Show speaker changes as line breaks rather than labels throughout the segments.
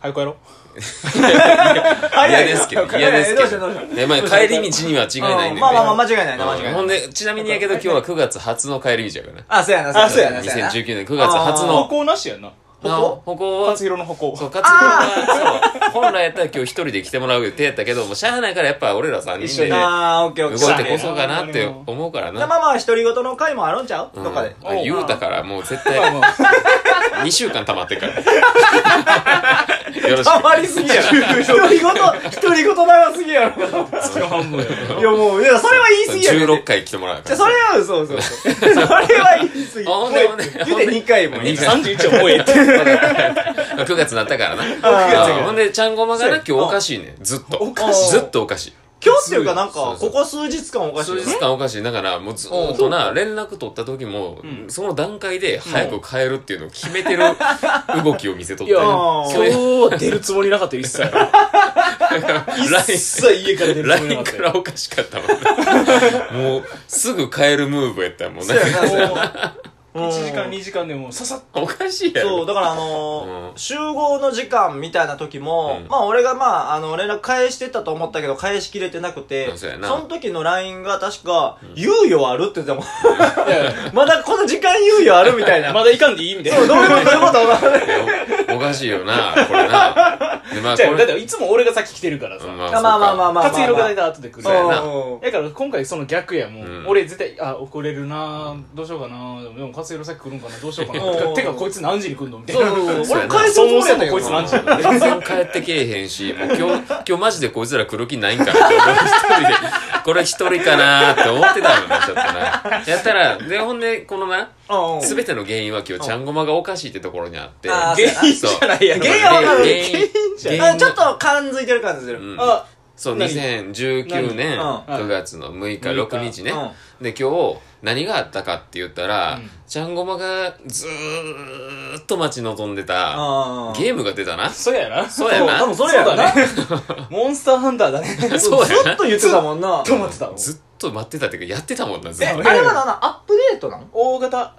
早くやろう
嫌ですけど、嫌です
どうし
け
ようど
ど
うしよう。
えまあ、帰り道には違いないねん
うん
ね。
まあまあまあ、間違いないな、間違いない。
ほんで、ちなみにやけど今日は9月初の帰り道やからな。
あ、そうやな、そうやな。そうやな
2019年9月初
あー
歩
の。
行なしやんな
な
歩
歩行
行
は
勝弘の歩行
そう、勝弘は、そう、本来やったら今日一人で来てもらう予定やったけど、もうしゃあないからやっぱ俺ら3人で動
あー、オッケーオッケー。
いてこそかなって思うから
じゃ
な。
あまあまあ、独り言の回もあるんちゃう
うん
どっかで。
あ言うたからもう絶
ま
対
あま
2週間溜まってっから。よろし
あまりすぎやろ。独り言、独り言長すぎやろ。
あ月の半分やない
やもう、いや、それは言い過ぎ
く。
やろ。
16回来てもらうか
じ
ら。
ゃあそれは嘘嘘嘘。それは言い過ぎ。
あほんでほんで
もう言うて2回も。
二回
31はもうえ えって
9月になったからな。
月やから
あほんで、ちゃんごまがな、今日おかしいねん。ずっと。ずっとおかしい。
今日っていうかなんか、
そうそ
こ
う
こ数日間おかしい
数
よね。
日間おかしい。だから、もうずーっとな、連絡取った時も、その段階で早く帰るっていうのを決めてる動きを見せとった
いや
よ。そういう、
今日出るつもりなかったよ一切
LINE
さあ家から出るつもり
LINE
なかっ
か
たよ
らおかしかったもんなもう、すぐ帰るムーブやったもん
そ
な
う。やな、 そう
もう1時間
に。
2時間でもうささっ
おかしいや
そう、
ろ。
だからあの
う
ー、
ん
集合の時間みたいな時も
う、ん
まあ俺がまあ、あの、連絡返してたと思ったけど、返しきれてなくて
う、ん
そ
そうやな
の時の LINE が確か、猶予あるって言ってたもん。 まだこの時間猶予あるみたい な。
まだいかんでいいみたい
そう
な
どういうことどういうこと
おおかしいよな、これな。で、まあ、こ
じゃあだっ
れ。
ていつも俺が先来てるからさ
うん
まあまあまあまあまあ。
勝弘が大体後で来る
そうやな
うん
だから今回その逆やもう、
うん
俺絶対あ遅れるなどうしようかなでもでも勝弘さっき来るんかなどうしようか
う
なんてかこいつ何時に来んのみたい
そう
な
そうそう
そうや
俺
な
返すつもりやったけど
こいつ何時
うん全然帰ってけえへんし、もう今日、今日マジでこいつら来る気ないんかなって俺一人で、これ一人かなって思ってたのな、ちょっとな。やったら、で、ほんで、このな、
うんうん
すべての原因は今日、ちゃんごまがおかしいってところにあって、
あー
原因じゃないやろ
原因はわかる
原因
ちょ
原因が
っと感づいてる感じする。
うん
あ
そう、
何
2019年
何
うん
9月の6日、
うん
6日ね
うん。
で、今日、何があったかって言ったら
うん、
ちゃんごまがずーっと待ち望んでた、
あー
ゲームが出たな。
そうやな
そうやな
多分それやろな。ず
モンスターハンターだね
そうやな
っと言ってたもんな。
と思ってたもん
ずっと待ってたっていうか、やってたもんな、ず
え、
っ
あ
と。
れはなな、アップデートなのっ
大型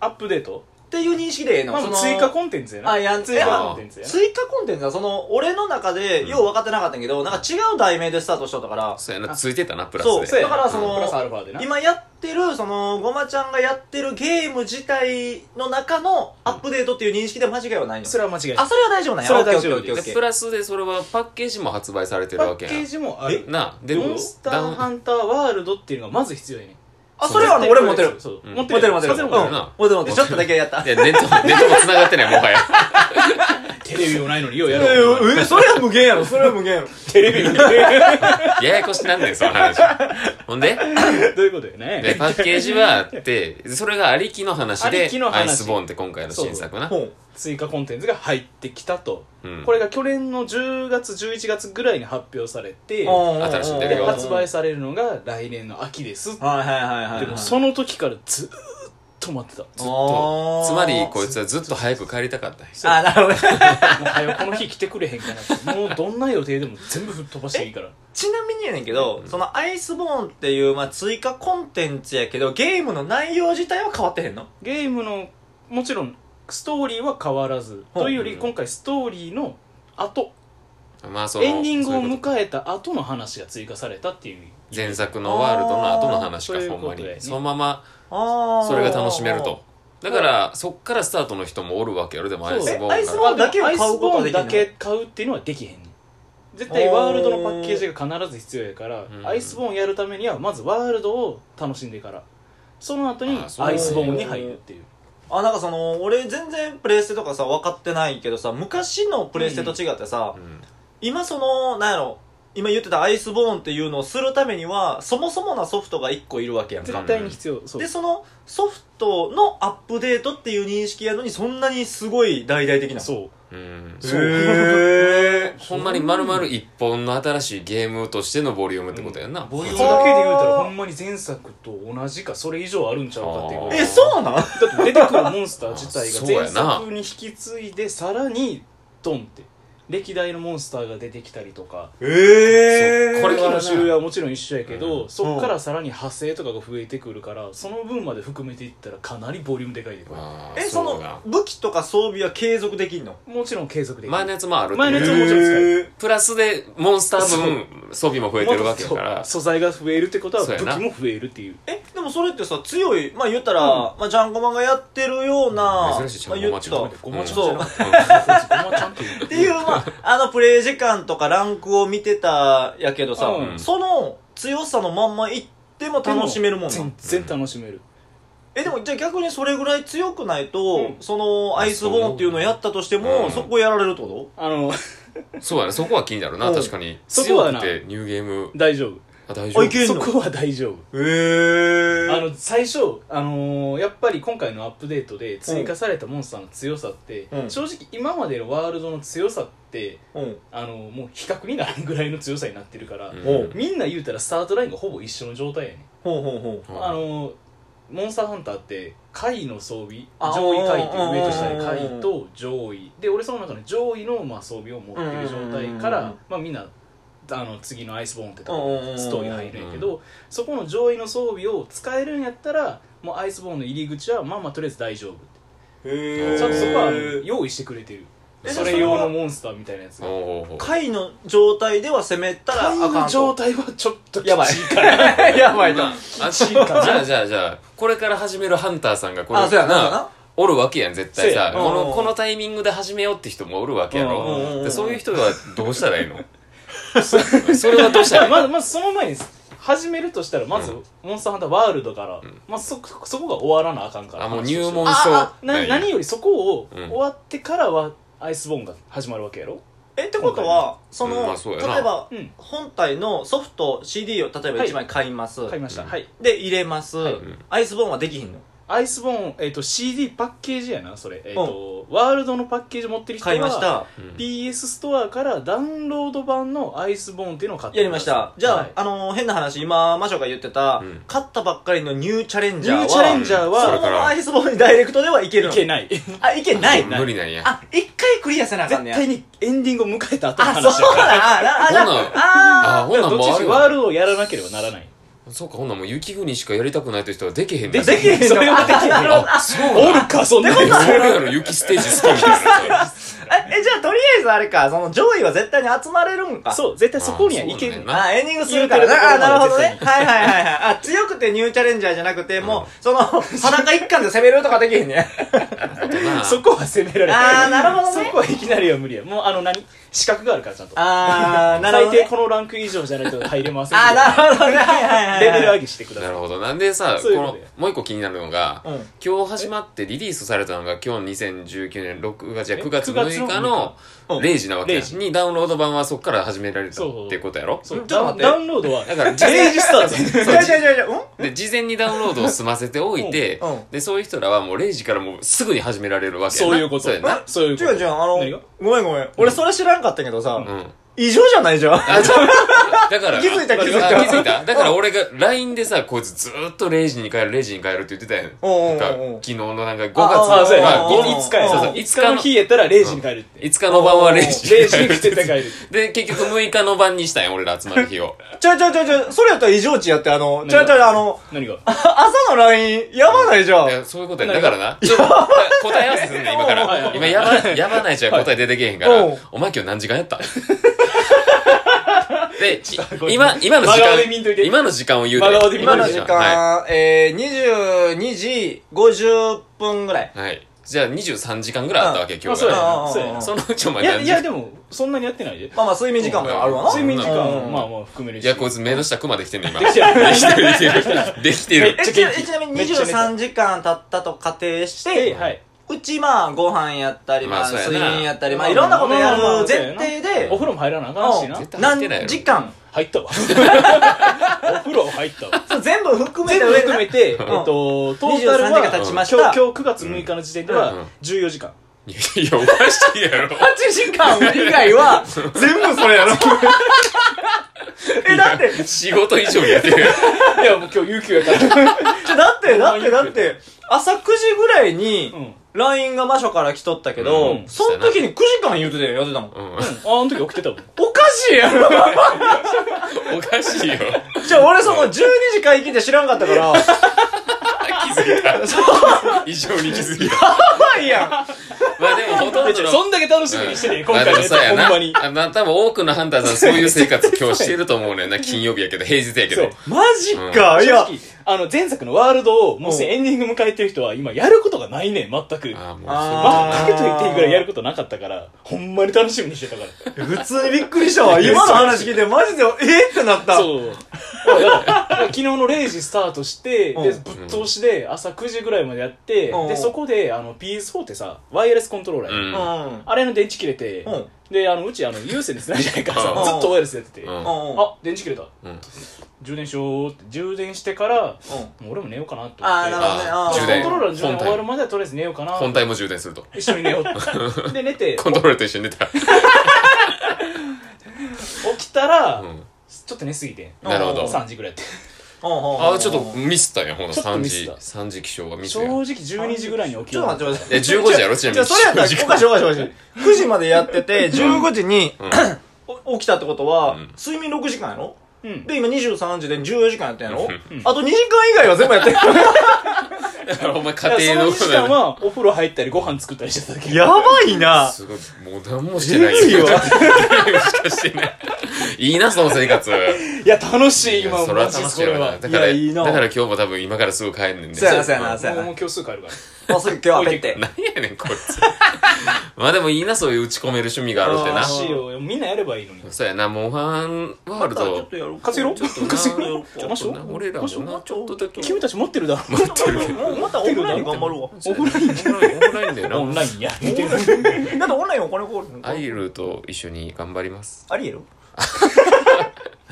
アップデート
ていう認識でええの
まあ
そ
もう
の
追加コンテンツやな
あ、いや、追
追加
加。
コンテンツやな
追加コンテンツは、その、俺の中で、よう分かってなかったんやけど、なんか違う題名でスタートしとったから、
そうやな、ついてたな、プラス
そう、
で。
そう
だ
やな
からそ
プラスアル
の、
ファでな
今やってる、その、ごまちゃんがやってるゲーム自体の中のアップデートっていう認識で間違いはないの
それは間違いない
あ、それは大丈夫なんや。
それは大丈夫
オッケーオッケーオッケ
で
ー
プラスでそれはパッケージも発売されてる
パ
わ
ッ
け
ケ
や
ージもある
ん。なあ、で、
モンスターハンターワールドっていうのがまず必要やねん
あ、それはあの俺持ってる。
そう
うん
持って
モ
る
テるモテる。
そ
うん
れ
モ
も
持
あ
って
る
る
な
な
テるモテる。ちょっとだけやった。
いや、ネット、ネットも繋がってない、もはや。
テレビもないのによう
え
やろう
ー、えそれは無限やろ。それは無限やろ。
テレビもない
ややこしなんだよ、その話。ほんで、
どういうことよね
で、パッケージはあって、それがありきの話
あ
で
りきの、話
アイスボーンって今回の新作な。
ほう。
追加コンテンツが入ってきたと、
うん
これが去年の10月11月ぐらいに発表されて
新しいんだけ
で
ど
発売されるのが来年の秋です、
はいはいはいはい。
でもその時からずーっと待ってた
ず
も
とつまり、こいつはずっと早く帰りたかったんや
あ、なるほどね。
う早くこの日来てくれへんかなってもうどんな予定でも全部吹っ飛ばしていいから
ちなみにやねんけど、そのアイスボーンっていう、まあ、追加コンテンツやけど、ゲームの内容自体は変わってへんの
ゲームのもちろんストーリーは変わらず
ほう
というより今回ストーリーの後
まあ、その、
エンディング
そ
を
ういうこ
迎えた後の話が追加されたっていう
と前作のワールドの後の話
あーそう
か、
いう
ほ
こ
ん
と
ま
だよ
に。
ね
そのまま、
あ
それが楽しめると。だから、そっからスタートの人もおるわけやろ、でもアイスボーンから。
えアイスボーンだけを買うことはできんの
アイスボーンだけ買うっていうのはできへんねん絶対ワールドのパッケージが必ず必要やから
ん
アイスボーンやるためにはまずワールドを楽しんでからその後に
あそう
アイスボーンに入るっていう
あ、なんかその、俺全然プレイステとかさ、分かってないけどさ、昔のプレイステと違ってさ、
うん
今その、なんやろ、今言ってたアイスボーンっていうのをするためには、そもそもなソフトが1個いるわけやんか。
絶対に必要そう
で、そのソフトのアップデートっていう認識やのに、そんなにすごい大々的なの。
そう
うん
へー。
ほんまに丸々一本の新しいゲームとしてのボリュームってことやんな。
ボリュームだけで言うたらほんまに前作と同じかそれ以上あるんちゃうかっていうぐらい
え、そうなん
だって出てくるモンスター自
あそう
体
や
が
な
前作に引き継いでさらにドンって歴代のモンスターが出てきたりとか
ええー、
こ
これ
れ
は
の
な
種類はもちろん一緒やけど、
うん
そっからさらに派生とかが増えてくるからその分まで含めていったらかなりボリュームでかいでこれ
あー
えその
うだ
武器とか装備は継続できんの
もちろん継続できる
前のやつもある
前のやつももちろん使える
え
プラスでモンスター分装備も増えてるわけやか
もっと
ら
そう素材が増えるってことは
そう
武
や
器
な
も増えるっていう
ーえでもそれってさ強いまあ言ったら、まあ、ジャンゴマンがやってるような
珍しいジャンゴマン
まあ言っ
ジャンゴマン
た
ごまちゃん
そう
じゃなくて
うん
ごまちゃんっていう
っていう、まあ、あのプレイ時間とかランクを見てたやけどさ、
うん
その強さのまんまいっても楽しめるもんな
全然楽しめる、
えでもじゃあ逆にそれぐらい強くないと、
うん
そのアイスボーンっていうのをやったとして
う
も、
ん
そこやられるってこと
あの
そうやねそこは気になるな
うん
確かに
そこ
強
は
く
な
てニューゲーム
大丈夫
あ大丈
あい
夫
ける
そ
の
こは大丈夫
へえ
あの最初、あのーやっぱり今回のアップデートで追加されたモンスターの強さって、
うん
正直今までのワールドの強さって、
うん
あのーもう比較にならんぐらいの強さになってるから、
うん
おう
みんな言うたらスタートラインがほぼ一緒の状態やね、
ほうほうほう
あのーモンスターハンターって下位の装備
あ
上位下位って
うんうんうんうん
上と下位下位と上位で俺その中の上位のまあ装備を持ってる状態か
うんうんうんうん
ら、まあ、みんなあの次のアイスボーンってとこストーリー入るんやけ
うん
ど、そこの上位の装備を使えるんやったらもうアイスボーンの入り口はまあまあとりあえず大丈夫って
へえ
ちゃんとそこはあの
え
用意してくれてる
え
それ用のモンスターみたいなやつが
おうおうおう
貝の状態では攻めたらあ
貝
か
の
ん
状
と
態はちょっときつ
やばい
から
やばいな
まああじゃあじゃあじゃあこれから始めるハンターさんがこれ
あそうやなそうやな
おるわけやん絶対さ
そう
や
こ
うん
のこのタイミングで始めようって人もおるわけや
うんうん
うんう
ろ
ん
でそういう人はどうしたらいいの それはどうしたらいい
まずまずその前に始めるとしたらまず
うん
モンスターハンターワールドから、まあ、そそこが終わらなあかんから
あもう入門
あ
書
あな何よりそこを
う
終
ん
わってからはアイスボーンが始まるわけやろ
えってことはその、
うんまあそうやな
例えば、
うん
本体のソフト CD を例えば
はい
1枚買います、
買いました、
うん
はい
で入れます、
はい
ん
アイスボーンはできひんの
アイスボーン、えっと CD パッケージやなそれ、えっとワールドのパッケージ持ってる人は
買いました
うん
PS ストアからダウンロード版のアイスボーンっていうのを買って
やりましたじゃあ、
はい
あのー変な話今魔女が言ってた、
うん
勝ったばっかりのニューチャレン
ニ
ジャー
ュ
は
ーチャレンジャー
そ
は
れ
そ
か
の
ら
アイスボーンにダイレクトではいける
い
の
けない絶
あいけない
無理なんや
あ一回クリアせなあかんねや
対にエンディングを迎えた後の
あそう
話やから
だあ
ほ
だ
な
あ
あほな
どっ
もう
ち
あ
にし
れ
ろワー
や
ルドをやらなければならない
そうかほんなもう雪国しかやりたくないという人はできへん
で
な
きへん
できへん
それはできへん
なるほど
あ
あそう
おるかそんな
それ
やつ
やろ雪ステージ好きみたいな
あえじゃあとりあえずあれかその上位は絶対に集まれるんか
そう絶対そこにはいけ
あそう
る
なんや
あ、エンディングするからな。あ、なるほどね。はいはいはいはい。あ、強くてニューチャレンジャーじゃなくて、もう、その、裸一貫で攻めるとかできへんね。
こと な
そこは攻められ
あーなるほどね
そこはいきなりは無理やもうあの何資格があるからちゃんと
あー、なる
最
ほど、
低
ね。
このランク以上じゃないと入れません
あー、なるほどね。はいはいはい。
レベル上げしてくださ
ないるほどなんでさ
そ
こ
ういうこと
のもう一個気になるのが
うん。
今日始まってリリースされたのが今日2019年6月じゃあ
え
9月
9月
6日の
の
うん
0時なわけや
0時
にダウンロード版はそこから始められた
そう
ってことやろ
そう
ちょっと待って
ダウンロードは
だから事前
0時スタート
違う違う違う、うん
で事前にダウンロードを済ませておいて
うんうん
でそういう人らはもう0時からもうすぐに始められるわけやな
そういうこと
そうやな
そういうこ
違う違う、あの
何が、
ごめんごめん。俺それ知らんかったけどさ
う、ん
異常じゃないじゃん。
あ、じゃあ だから。
気づいた
あ
気づいた
気づいただから俺が LINE でさ、こいつずーっと0時に帰る、0時に帰るって言ってたやん。
おうおう
な
おう
んか昨日のなんか5月
あ
あ、そうや
ま
な。
あ
おうおうおう
5
5日や
そう
な。
そう
5日の日やったら0時に帰るって。
5日の晩は0 時
0時に来て 帰る。
で、結局6日の晩にしたんや、俺ら集まる日を。
ちゃうちゃうちゃうちゃう、それやったら異常値やって、あの、ちゃうちゃう、あの、
何が
朝の LINE、やばないじゃん。
い
え
やそういうことや。だからな。ちょっと答え合わせすんねん、今
は
か
いはいは
ら。
い
今、やば、やばないじゃ答え出てけへんか
はい
ら
おう。
お前今日何時間やった で、い今、今の時
真顔で見んとい
間、
て
今の時間を言う
真顔
て。
で見ん
今
といて
の時
は
間、えー、22時50分ぐらい。
い。はい。じゃあ23時間ぐらいあったわけ、今
あ、
日
そう
か
や
ら。
な。そうやな。
そのうちお前
いや、
何
い
時
や、でも、そんなにやってないで。
まあまあ、睡眠時間もあるわな。
睡眠時間
う
も、
ん
まあまあ含めるし。
いや、こいつ目の下クマできてんね 今。で
で
き
き
て
て
る
る、
できてる。できてる。
え
めっちゃ元
ちな
気
ちなみに
めっちゃ元気
23時間経ったと仮定し
で、
て、
はい。
うちまあご飯やったり、
まあ
まあ
そうやな
睡眠やったり、まあいろんなことやる前提で
お、風呂も入らなあかんしな
うん
絶。対入ってないや
何
ろ
時間、
入ったわ。お風呂入ったわ。
そう全部含め
全
て
部
上
含め
で、
て、えっと、ト
23時
ータルは、
間
今
経
日
ちまし
今
た。
日9月6日の時点で
うんうん
は14時間。
いや、おかしいやろ。
8時間以外は、全部それやろ。 え、だって、
仕事以上にやってるやん。
いや、もう今日有給やから。
だって、だって、だって、朝9時ぐらいに
うん。
LINE が魔女から来とったけど、
うん
その時に9時間言うてたよ、やってたもん。
うん
うん、ああの時起きてたもん
おかしいやろ
おかしいよ。
じゃあ俺その12時会議で知らんかったから、や
気づいた。異常に気づいた。
ばいやん
まあでもほとんどの。
そんだけ楽しみにしてね、今回
まあ
のや
でも
つ
そうや
ほん
な。
まに
あまあ多分多くのハンターさんそういう生活今日してると思うね んな。金曜日やけど、平日やけど。
マジか、
正
いや
直、あの前作のワールドをもうすでにエンディング迎えてる人は今やることがないねん全く
ああ、もう
あ
かけと言っていいぐらいやることなかったからほんまに楽しみにしてたから
普通にびっくりしたわ。今の話聞いて、マジで、えーってなった。
そうだから昨日の0時スタートして、で
うん
ぶっ通しで朝9時ぐらいまでやって、
うん
でそこであの PS4 ってさワイヤレスコントローラーやん、
う。
うんん。うん。
あれの電池切れて、
うん
であのうちあの有線でつないじゃないから
う
さ
ん
ずっとワイヤレスでやってて、
うん
あ、
あ電池切れた
うん
充電しようって充電してから
うん。
もう俺も寝ようかなって思
あーなるほ
っ
どね
あ
あ
て
ー
でコン
充
トローラーの充電
電。
終わる
本
まではとりあえず寝ようかな
体。本体も充電すると。
一緒に寝よう ってで寝て
コントローラーと一緒に寝た。
起きたら、
うん
ちょっと寝すぎて
なるほど。
3時ぐらいやって
あ
あ
あ、ちょっとミスったんや、ほんの
ちょっと
3
ミスっ
時
た、
3時起床がミス
正
や。
直12時ぐらいに起き
ちょ
よ
っ
う
と待って待っ
え、
て。
15時やろちなみ
じゃ
に。
あ、それやったら、
15時
おかしいおかしいおかしい。9時までやってて、15時に
うん
お起きたってことは
うん、
睡眠6時間やろ
うん
で、今23時で14時間やったんやろ
うん
あと2時間以外は全部やってる。
だからお前
だから
家
そ
庭
の
の
2時間はお風呂入ったりご飯作ったりしてただけ
やばいな。
すごい、もう何もしてない
えぐいわ
何も しかしてない。いいな、その生活。
いや楽しい
いや
今
それは
マジ
楽
で
し
こ
い
れ
よ
は
な。だから、
いやいいな
だから今日も多分今からすぐ帰んねんで。
そうやなそうやな
うん
そうや
もうもう今日すぐ帰るから
もうすぐ今日はペって。
何やねん、こいつ。まあでもいいな、そういう打ち込める趣味があるって
あ
な
楽
ー。
しいよみんなやればいいのに
そうやな、モンハンワールド。
やろう
活用ろ活用ろ
ちょっとな
ましょう
俺らもな、ちょっとだけ。
君たち持ってるだろ
持ってるけど
もうまたオフライン頑張 るわ。
オフライン、オフラインだよな。
オンラインや見てる
だってオンラインお金かかるの
アイルと一緒に頑張ります。
ありえる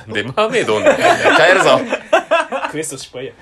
で、マーメイドおんねん帰るぞ。
クエスト失敗や